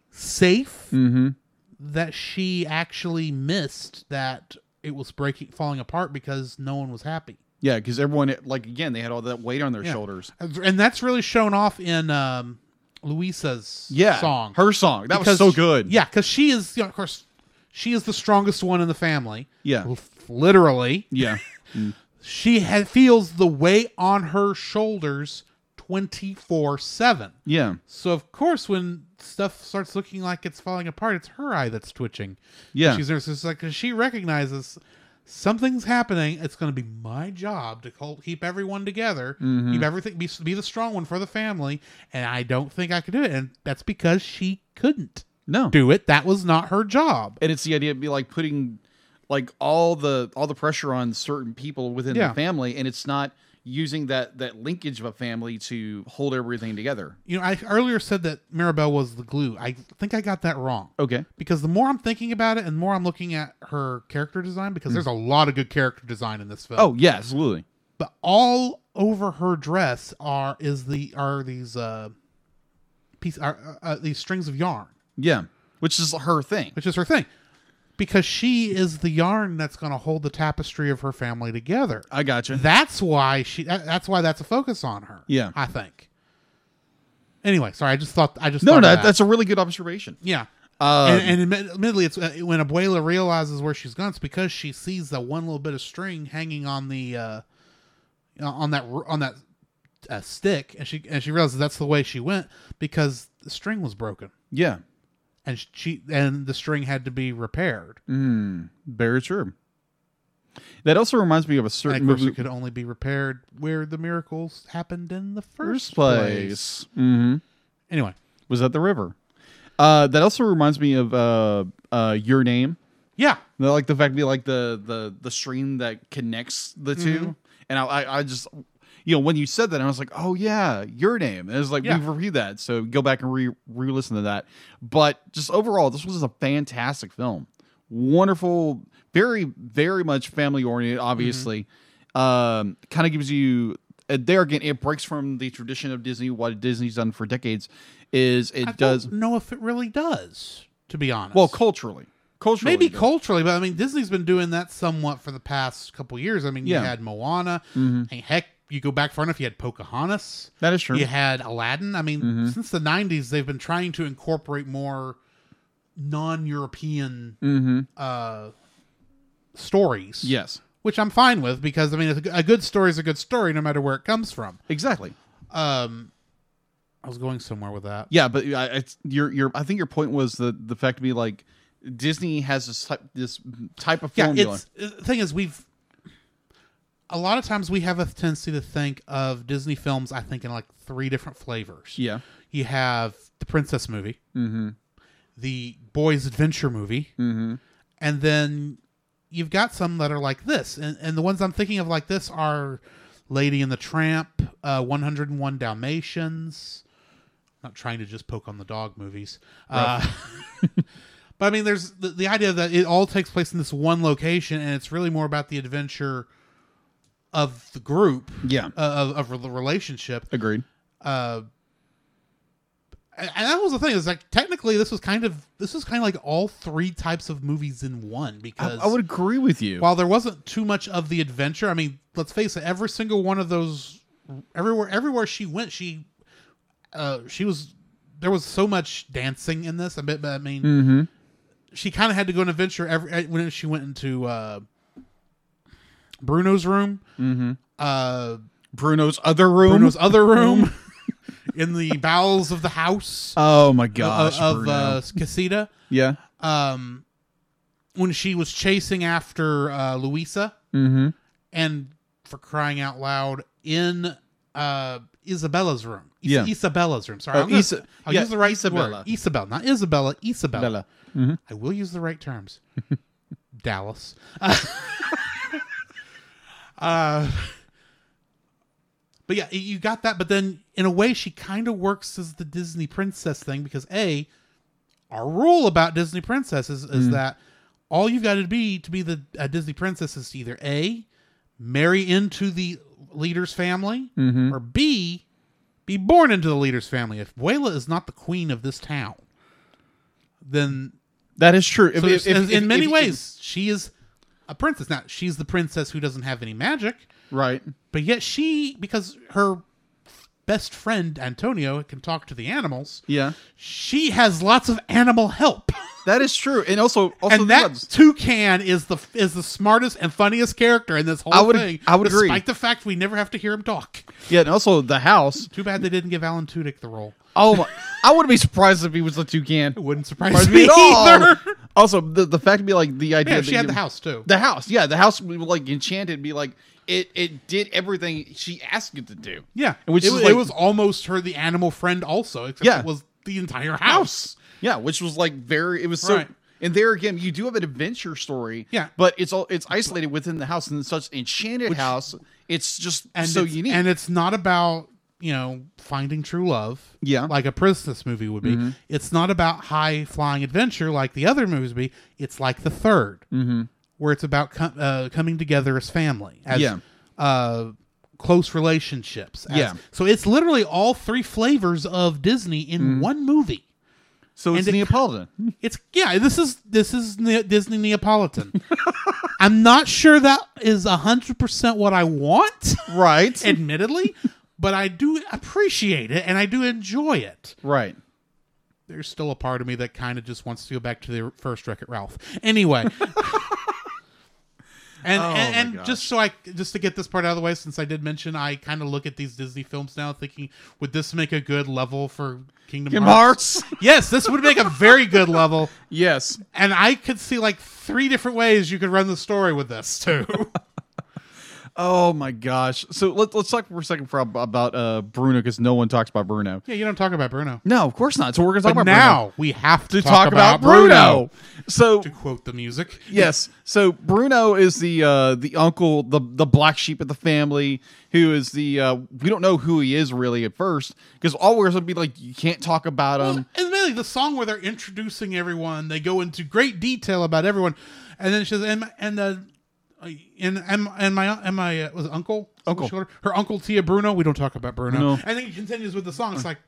Speaker 1: safe
Speaker 2: Mhm.
Speaker 1: that she actually missed that it was breaking falling apart because no one was happy
Speaker 2: yeah because everyone like again they had all that weight on their
Speaker 1: Yeah.
Speaker 2: shoulders.
Speaker 1: and that's really shown off in um luisa's
Speaker 2: Yeah,
Speaker 1: song
Speaker 2: her song that was
Speaker 1: Because-
Speaker 2: so good.
Speaker 1: yeah because she is you know, of course she is the strongest one in the family
Speaker 2: yeah,
Speaker 1: literally
Speaker 2: yeah.
Speaker 1: she ha- feels the weight on her shoulders 24 7.
Speaker 2: yeah.
Speaker 1: So, of course, when stuff starts looking like it's falling apart, it's her eye that's twitching.
Speaker 2: Yeah.
Speaker 1: She's nervous. It's like, 'cause she recognizes something's happening. It's going to be my job to col- keep everyone together, keep everything, be, be the strong one for the family. And I don't think I could do it. And that's because she couldn't
Speaker 2: No,
Speaker 1: do it. That was not her job.
Speaker 2: and it's the idea of be like putting like all the all the pressure on certain people within
Speaker 1: Yeah.
Speaker 2: the family, and it's not using that that linkage of a family to hold everything together.
Speaker 1: You know, I earlier said that Mirabelle was the glue. I think I got that wrong.
Speaker 2: Okay.
Speaker 1: because the more I'm thinking about it and the more I'm looking at her character design, because there's a lot of good character design in this film.
Speaker 2: Hmm. Oh yeah, absolutely.
Speaker 1: but all over her dress are is the are these uh piece are uh, uh, these strings of yarn,
Speaker 2: Yeah, which is her thing.
Speaker 1: which is her thing, because she is the yarn that's going to hold the tapestry of her family together.
Speaker 2: I gotcha.
Speaker 1: That's why she. that- That's why that's a focus on her.
Speaker 2: Yeah.
Speaker 1: I think. Anyway, sorry. I just thought. I just
Speaker 2: no,
Speaker 1: thought
Speaker 2: no,
Speaker 1: of
Speaker 2: that,
Speaker 1: that.
Speaker 2: that's a really good observation.
Speaker 1: Yeah.
Speaker 2: Um,
Speaker 1: and, and admit- admittedly, it's uh, when Abuela realizes where she's gone, it's because she sees that one little bit of string hanging on the uh, uh, on that r- on that uh, stick, and she and she realizes that's the way she went because the string was broken,
Speaker 2: Yeah,
Speaker 1: and she and the string had to be repaired.
Speaker 2: very true. That also reminds me of a certain
Speaker 1: And of course,
Speaker 2: movie
Speaker 1: it could only be repaired where the miracles happened in the first,
Speaker 2: first
Speaker 1: place.
Speaker 2: place. hmm
Speaker 1: Anyway,
Speaker 2: Was at the river. Uh, that also reminds me of uh, uh, your name.
Speaker 1: yeah,
Speaker 2: No, like the fact be like the the the stream that connects the
Speaker 1: Mm-hmm.
Speaker 2: two, and I, I I just you know when you said that I was like oh yeah your name and it's like
Speaker 1: Yeah.
Speaker 2: we've reviewed that so go back and re re listen to that but just overall this was a fantastic film wonderful very very much family oriented obviously
Speaker 1: Mm-hmm.
Speaker 2: um kind of gives you uh, there again it breaks from the tradition of Disney what Disney's done for decades is it
Speaker 1: I
Speaker 2: does
Speaker 1: don't know if it really does. To be honest,
Speaker 2: well culturally culturally
Speaker 1: maybe
Speaker 2: it does.
Speaker 1: culturally, but I mean Disney's been doing that somewhat for the past couple years. I mean,
Speaker 2: Yeah.
Speaker 1: you had Moana, and heck, you go back far enough, you had Pocahontas,
Speaker 2: that is true Mm-hmm.
Speaker 1: you had Aladdin. I mean, since the '90s, they've been trying to incorporate more non-European
Speaker 2: Mm-hmm.
Speaker 1: uh, stories.
Speaker 2: yes
Speaker 1: which I'm fine with because I mean, it's a g- a good story is a good story no matter where it comes from.
Speaker 2: exactly
Speaker 1: Um, I was going somewhere with that.
Speaker 2: Yeah, but I, it's your your. I think your point was the the fact to be like Disney has this type, this type of
Speaker 1: yeah,
Speaker 2: formula.
Speaker 1: it's the thing is we've a lot of times we have a tendency to think of Disney films. I think in like three different flavors.
Speaker 2: yeah,
Speaker 1: you have the princess movie, the boys adventure movie, and then you've got some that are like this, and, and the ones I'm thinking of like this are Lady and the Tramp, uh, 101 Dalmatians. Not trying to just poke on the dog movies, uh, [laughs] but I mean, there's the, the idea that it all takes place in this one location, and it's really more about the adventure of the group,
Speaker 2: Yeah.
Speaker 1: uh, of, of the relationship,
Speaker 2: Agreed.
Speaker 1: and and that was the thing is like technically this was kind of this was kind of like all three types of movies in one
Speaker 2: I,
Speaker 1: because
Speaker 2: I would agree with you.
Speaker 1: while there wasn't too much of the adventure i mean let's face it every single one of those everywhere everywhere she went she uh she was there was so much dancing in this i bet but i mean
Speaker 2: Mm-hmm.
Speaker 1: she kind of had to go on an adventure every eh, when she went into uh bruno's room
Speaker 2: Mm-hmm.
Speaker 1: uh
Speaker 2: Bruno's other room.
Speaker 1: bruno's other
Speaker 2: [laughs]
Speaker 1: room [laughs] in the bowels of the house
Speaker 2: oh my
Speaker 1: of-
Speaker 2: gosh.
Speaker 1: of
Speaker 2: Bruno.
Speaker 1: uh, Casita
Speaker 2: yeah.
Speaker 1: um, when she was chasing after uh, Luisa
Speaker 2: Mm-hmm.
Speaker 1: and for crying out loud in uh, Isabella's room. Is-
Speaker 2: Yeah.
Speaker 1: Isabella's room. Sorry,
Speaker 2: Oh,
Speaker 1: I'm gonna-
Speaker 2: Isa-
Speaker 1: I'll
Speaker 2: yeah,
Speaker 1: use the right
Speaker 2: Isabella.
Speaker 1: word. Isabella, not Isabella. Isabella.
Speaker 2: Bella.
Speaker 1: I will use the right terms. Dallas. [laughs] Uh, uh, but yeah, you got that. But then, in a way, she kind of works as the Disney princess thing because a our rule about Disney princesses is that all you've got to be to be the uh, Disney princess is to either a marry into the leader's family or b be born into the leader's family. If Buela is not the queen of this town, then
Speaker 2: That is true. If-
Speaker 1: so
Speaker 2: if-
Speaker 1: there's-
Speaker 2: if-
Speaker 1: in
Speaker 2: if-
Speaker 1: many
Speaker 2: if-
Speaker 1: ways, she is a princess. Now, she's the princess who doesn't have any magic,
Speaker 2: right.
Speaker 1: but yet she, because her best friend Antonio can talk to the animals,
Speaker 2: Yeah.
Speaker 1: she has lots of animal help.
Speaker 2: That is true. And also, also
Speaker 1: and
Speaker 2: the
Speaker 1: that
Speaker 2: gods.
Speaker 1: toucan is the is the smartest and funniest character in this whole
Speaker 2: I would-
Speaker 1: thing.
Speaker 2: I would
Speaker 1: despite
Speaker 2: agree.
Speaker 1: the fact we never have to hear him talk.
Speaker 2: Yeah, and also the house.
Speaker 1: Too bad they didn't give Alan Tudyk the role.
Speaker 2: Oh, my, I wouldn't be surprised if he was the toucan.
Speaker 1: It wouldn't surprise
Speaker 2: Surprised
Speaker 1: me
Speaker 2: [laughs] me at all. [laughs]
Speaker 1: either.
Speaker 2: Also, the, the fact to be like the idea
Speaker 1: Yeah,
Speaker 2: that
Speaker 1: she had
Speaker 2: you-
Speaker 1: the house too.
Speaker 2: The house, yeah, the house would, like enchanted, be like it. It did everything she asked it to do.
Speaker 1: Yeah,
Speaker 2: which
Speaker 1: it,
Speaker 2: is
Speaker 1: was-
Speaker 2: like-
Speaker 1: it was almost her the animal friend also, except
Speaker 2: Yeah.
Speaker 1: it was the entire house.
Speaker 2: yeah, which was like very. It was so.
Speaker 1: Right.
Speaker 2: And there again, you do have an adventure story.
Speaker 1: Yeah.
Speaker 2: but it's all it's isolated within the house and such enchanted house. It's just
Speaker 1: And
Speaker 2: so
Speaker 1: it's,
Speaker 2: unique.
Speaker 1: and it's not about you know finding true love,
Speaker 2: Yeah. Mm-hmm.
Speaker 1: like a princess movie would be. It's not about high flying adventure like the other movies would be. It's like the 3rd mm-hmm. where it's about com- uh, coming together as family, as
Speaker 2: Yeah.
Speaker 1: uh, close relationships. as-
Speaker 2: Yeah.
Speaker 1: so it's literally all three flavors of Disney in
Speaker 2: Mm-hmm.
Speaker 1: one movie.
Speaker 2: so it's
Speaker 1: and it- [laughs]
Speaker 2: Neapolitan.
Speaker 1: It's yeah. This is this is ne- Disney Neapolitan. [laughs] I'm not sure that is hundred percent what I want, [laughs]
Speaker 2: right,
Speaker 1: admittedly, but I do appreciate it and I do enjoy it.
Speaker 2: right.
Speaker 1: There's still a part of me that kind of just wants to go back to the first Wreck It Ralph. Anyway. [laughs] And,
Speaker 2: Oh
Speaker 1: and,
Speaker 2: my
Speaker 1: and just so I just to get this part out of the way, since I did mention I kind of look at these Disney films now, thinking would this make a good level for Kingdom
Speaker 2: Kim
Speaker 1: Hearts?
Speaker 2: Hearts.
Speaker 1: Yes, this would make a very good level
Speaker 2: yes.
Speaker 1: and I could see like three different ways you could run the story with this too.
Speaker 2: Oh my gosh. So let, let's talk for a second for, about uh, Bruno because no one talks about Bruno.
Speaker 1: [laughs] yeah, you don't talk about Bruno.
Speaker 2: No, of course not. So we're going to talk
Speaker 1: But
Speaker 2: about
Speaker 1: now
Speaker 2: Bruno.
Speaker 1: we have to
Speaker 2: to talk, about, Bruno. So
Speaker 1: To quote the music,
Speaker 2: yes, so Bruno is the uh, the uncle, the the black sheep of the family, who is the uh, we don't know who he is really at first because all we're going to be like you can't talk about him.
Speaker 1: and [laughs] really the song where they're introducing everyone, they go into great detail about everyone, and then she says, and and the. uh, And and and my and my uh, was it uncle Is that what
Speaker 2: Uncle.
Speaker 1: she called her? her uncle Tia Bruno. We don't talk about Bruno.
Speaker 2: No. Uh.
Speaker 1: And then he continues with the song. It's like,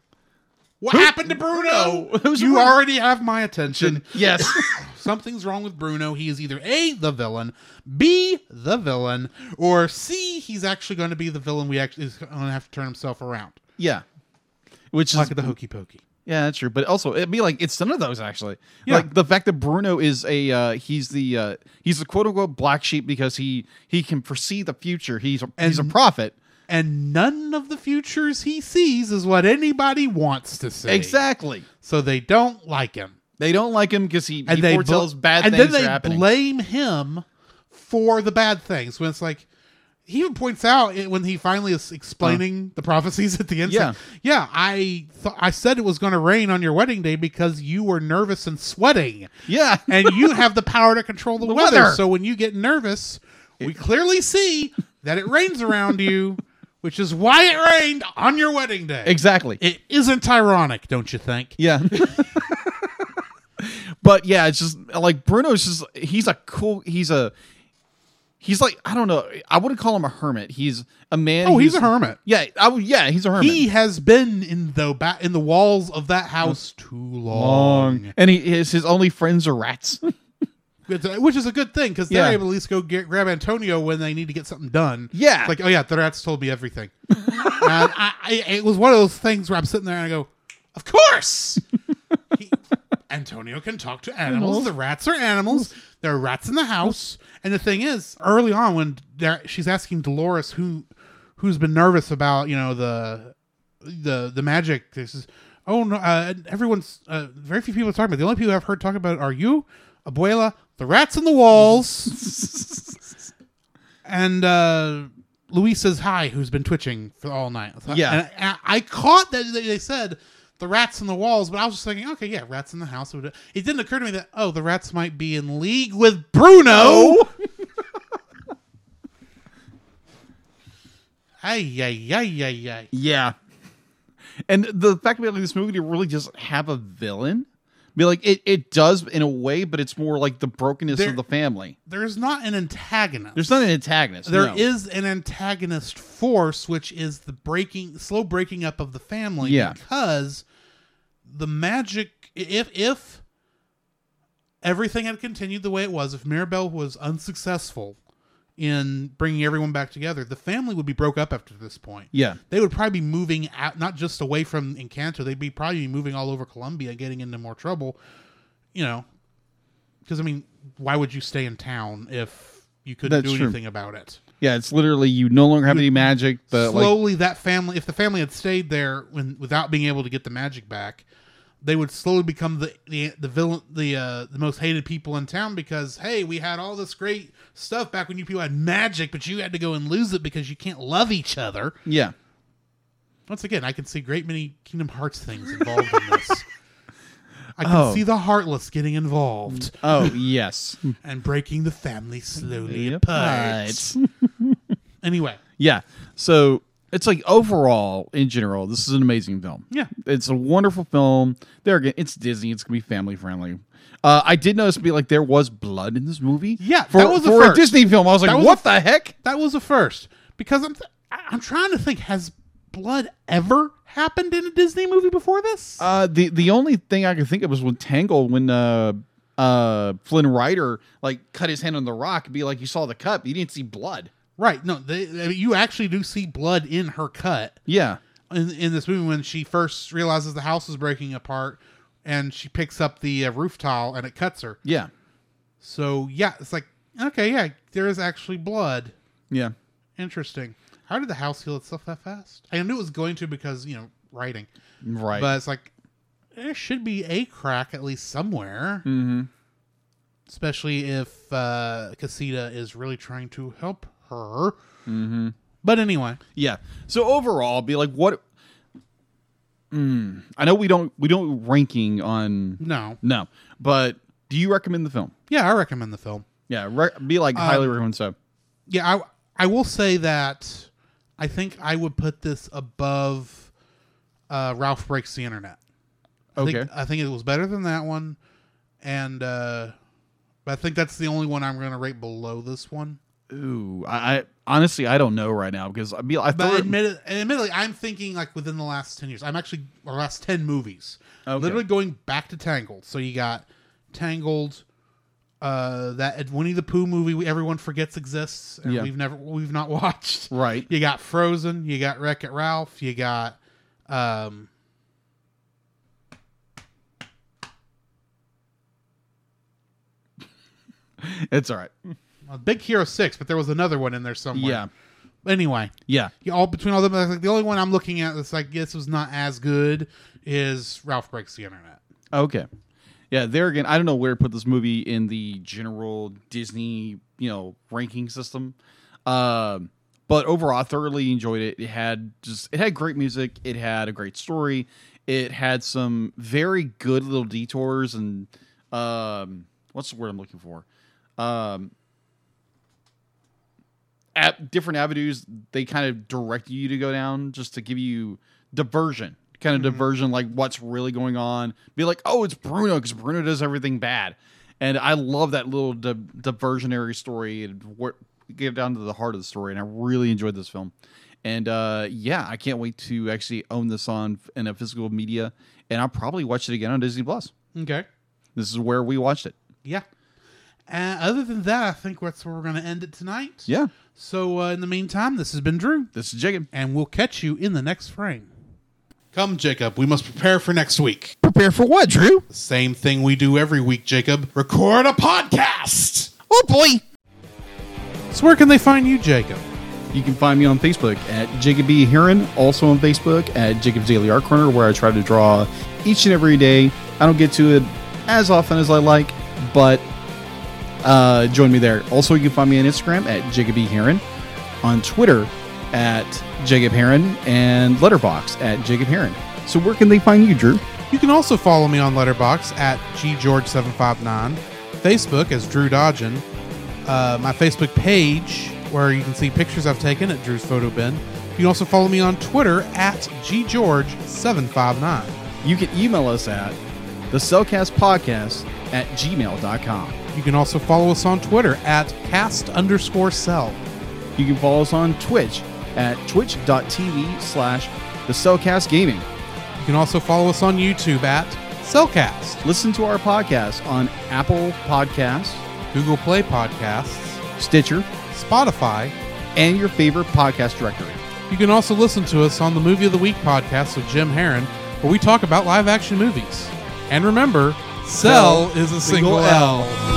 Speaker 1: what happened to Bruno?
Speaker 2: Who's
Speaker 1: you
Speaker 2: Bruno?
Speaker 1: already have my attention.
Speaker 2: yes,
Speaker 1: Something's wrong with Bruno. He is either A, the villain, B, the villain, or C, he's actually going to be the villain. We actually is going to have to turn himself around.
Speaker 2: [laughs] yeah, which is
Speaker 1: Like the Hokey Pokey.
Speaker 2: Yeah, that's true. But also, it'd be like it's none of those actually.
Speaker 1: Yeah.
Speaker 2: Like the fact that Bruno is a uh, he's the uh, he's the quote unquote black sheep because he he can foresee the future. He's a, he's a prophet.
Speaker 1: And none of the futures he sees is what anybody wants to see.
Speaker 2: Exactly.
Speaker 1: So they don't like him.
Speaker 2: They don't like him because he,
Speaker 1: And
Speaker 2: he
Speaker 1: they
Speaker 2: foretells
Speaker 1: bl-
Speaker 2: bad
Speaker 1: and
Speaker 2: things
Speaker 1: then they
Speaker 2: are happening.
Speaker 1: blame him for the bad things when it's like he even points out it, when he finally is explaining the prophecies at the end.
Speaker 2: Uh. Yeah.
Speaker 1: saying, yeah. I th- I said it was going to rain on your wedding day because you were nervous and
Speaker 2: [laughs]
Speaker 1: sweating, [laughs]
Speaker 2: Yeah.
Speaker 1: and you have the power to control the, weather.
Speaker 2: weather.
Speaker 1: So when you get nervous, we clearly see that it rains around
Speaker 2: [laughs]
Speaker 1: you, which is why it rained on your wedding day.
Speaker 2: Exactly.
Speaker 1: It isn't ironic, don't you think?
Speaker 2: Yeah. [laughs] but yeah, it's just like Bruno's just he's a cool he's a he's like I don't know, I wouldn't call him a hermit. He's a man
Speaker 1: Oh, he's
Speaker 2: who's-
Speaker 1: a hermit.
Speaker 2: Yeah, I would yeah, he's a hermit.
Speaker 1: He has been in the ba- in the walls of that house too long,
Speaker 2: Long. And he his, his only friends are [laughs] rats.
Speaker 1: It's- which is a good thing because they're
Speaker 2: Yeah.
Speaker 1: able to at least go get, grab Antonio when they need to get something done.
Speaker 2: Yeah.
Speaker 1: It's like oh yeah, the rats told me everything. [laughs] and I, I, it was one of those things where I'm sitting there and I go, of course. [laughs] He- Antonio can talk to animals. The rats are animals. There are rats in the house. And the thing is, early on when there- she's asking Dolores who who's been nervous about you know the the the magic. This is oh no, uh, everyone's uh, very few people are talking about. it. The only people I've heard talk about it are you, Abuela, the rats in the walls, and uh, Luis says hi, who's been twitching for all night.
Speaker 2: Yeah.
Speaker 1: and, I- I, I caught that they they said. The rats in the walls, but I was just thinking, okay, yeah, rats in the house. It didn't occur to me that oh, the rats might be in league with Bruno.
Speaker 2: Oh!
Speaker 1: Ay, ay, ay, ay, ay.
Speaker 2: Yeah. And the fact that like this movie to really just have a villain, be like it, it does in a way, but it's more like the brokenness
Speaker 1: There-
Speaker 2: of the family.
Speaker 1: There's not an antagonist.
Speaker 2: There's not an antagonist.
Speaker 1: There
Speaker 2: no.
Speaker 1: is an antagonist force, which is the breaking, slow breaking up of the family.
Speaker 2: Yeah.
Speaker 1: Because the magic, if if everything had continued the way it was, if Mirabelle was unsuccessful in bringing everyone back together, the family would be broke up after this point.
Speaker 2: Yeah.
Speaker 1: They would probably be moving out, not just away from Encanto. They'd be probably moving all over Colombia, getting into more trouble. You know, because I mean, why would you stay in town if you couldn't
Speaker 2: That's
Speaker 1: do
Speaker 2: true.
Speaker 1: anything about it?
Speaker 2: Yeah, it's literally you no longer have any magic, but like
Speaker 1: slowly that family if the family had stayed there when without being able to get the magic back they would slowly become the the, the villain the uh, the most hated people in town because hey we had all this great stuff back when you people had magic but you had to go and lose it because you can't love each other
Speaker 2: yeah.
Speaker 1: once again i can see great many kingdom hearts things involved in this i can
Speaker 2: Oh.
Speaker 1: see the heartless getting involved
Speaker 2: Oh
Speaker 1: [laughs]
Speaker 2: yes,
Speaker 1: and breaking the family slowly
Speaker 2: Yeah,
Speaker 1: apart anyway
Speaker 2: yeah. So it's like overall, in general, this is an amazing film.
Speaker 1: Yeah.
Speaker 2: it's a wonderful film. There again, it's Disney. It's gonna be family friendly. Uh, I did notice, be like, there was blood in this movie.
Speaker 1: Yeah,
Speaker 2: for,
Speaker 1: that was a
Speaker 2: for
Speaker 1: first.
Speaker 2: Disney film. I was like,
Speaker 1: was
Speaker 2: what the heck?
Speaker 1: That was a first because I'm th- I- I'm trying to think has blood ever happened in a Disney movie before this?
Speaker 2: Uh, the the only thing I could think of was when Tangled, when uh, uh, Flynn Rider like cut his hand on the rock, and be like, you saw the cut, but you didn't see blood.
Speaker 1: right. No, they, I mean, you actually do see blood in her cut
Speaker 2: Yeah,
Speaker 1: in, in this movie when she first realizes the house is breaking apart and she picks up the uh, roof tile and it cuts her.
Speaker 2: yeah,
Speaker 1: So yeah, it's like okay, yeah, there is actually blood.
Speaker 2: yeah.
Speaker 1: Interesting. How did the house heal itself that fast? I knew it was going to because you know writing.
Speaker 2: Right.
Speaker 1: But it's like there should be a crack at least somewhere. Mm-hmm. Especially if uh, Casita is really trying to help her. Mm-hmm. But anyway,
Speaker 2: Yeah. So overall, be like, what? Mm, I know we don't we don't ranking on
Speaker 1: no,
Speaker 2: no, but do you recommend the film?
Speaker 1: yeah, I recommend the film.
Speaker 2: Yeah, re- be like highly recommend. So
Speaker 1: Yeah, I I will say that I think I would put this above uh, Ralph breaks the internet. I think-
Speaker 2: Okay.
Speaker 1: I think it was better than that one, and uh, I think that's the only one I'm going to rate below this one.
Speaker 2: ooh, I, I honestly I don't know right now because I be I
Speaker 1: But
Speaker 2: thought
Speaker 1: admitted, admittedly, I'm thinking like within the last ten years. I'm actually or last ten movies.
Speaker 2: Okay.
Speaker 1: Literally going back to Tangled. So you got Tangled, uh, that Winnie the Pooh movie we, everyone forgets exists and
Speaker 2: Yeah.
Speaker 1: we've never we've not [laughs] watched.
Speaker 2: Right.
Speaker 1: You got Frozen. You got Wreck It Ralph. You got um,
Speaker 2: it's all right.
Speaker 1: well, uh, Big Hero Six, but there was another one in there somewhere.
Speaker 2: Yeah,
Speaker 1: Anyway,
Speaker 2: yeah,
Speaker 1: you- all between all them, I think the only one I'm looking at that's like this was not as good is Ralph Breaks the Internet.
Speaker 2: okay, yeah. There again, I don't know where to put this movie in the general Disney you know ranking system. Um, But overall, I thoroughly enjoyed it. It had just it had great music. It had a great story. It had some very good little detours and um, what's the word I'm looking for? Um, at different avenues they kind of direct you to go down just to give you diversion kind of diversion like what's really going on be like oh it's bruno because bruno does everything bad and i love that little di- diversionary story and what get down to the heart of the story and i really enjoyed this film and uh, yeah i can't wait to actually own this on in a physical media and i'll probably watch it again on disney plus
Speaker 1: Okay.
Speaker 2: this is where we watched it
Speaker 1: Yeah. Uh, other than that, I think that's where we're going to end it tonight.
Speaker 2: yeah
Speaker 1: So uh, in the meantime, this has been Drew,
Speaker 2: this is jacob
Speaker 1: and we'll catch you in the next frame. Come, Jacob. We must prepare for next week.
Speaker 2: prepare for what drew
Speaker 1: The same thing we do every week, Jacob. Record a podcast.
Speaker 2: oh boy
Speaker 1: So where can they find you, Jacob?
Speaker 2: You can find me on Facebook at Jacob B. Heron, also on Facebook at Jacob's Daily Art Corner, where I try to draw each and every day. I don't get to it as often as I like, but uh, join me there. Also, you can find me on Instagram at Jacob B. Heron, on Twitter at Jacob Heron, and Letterbox at Jacob Heron. So, where can they find you, Drew?
Speaker 1: You can also follow me on Letterbox at ggeorge759, Facebook as Drew Dodgen, uh, my Facebook page where you can see pictures I've taken at Drew's Photo Bin. You can also follow me on Twitter at ggeorge759.
Speaker 2: You can email us at the Cellcast Podcast at gmail.com.
Speaker 1: You can also follow us on Twitter at cast underscore cell.
Speaker 2: You can follow us on Twitch at twitch.tv slash the Cellcast Gaming.
Speaker 1: You can also follow us on YouTube at Cellcast,
Speaker 2: Listen to our podcast on Apple Podcasts,
Speaker 1: Google Play Podcasts,
Speaker 2: Stitcher,
Speaker 1: Spotify.
Speaker 2: and your favorite podcast directory.
Speaker 1: You can also listen to us on the Movie of the Week podcast with Jim Heron, where we talk about live action movies. And remember, Cell is a single, L.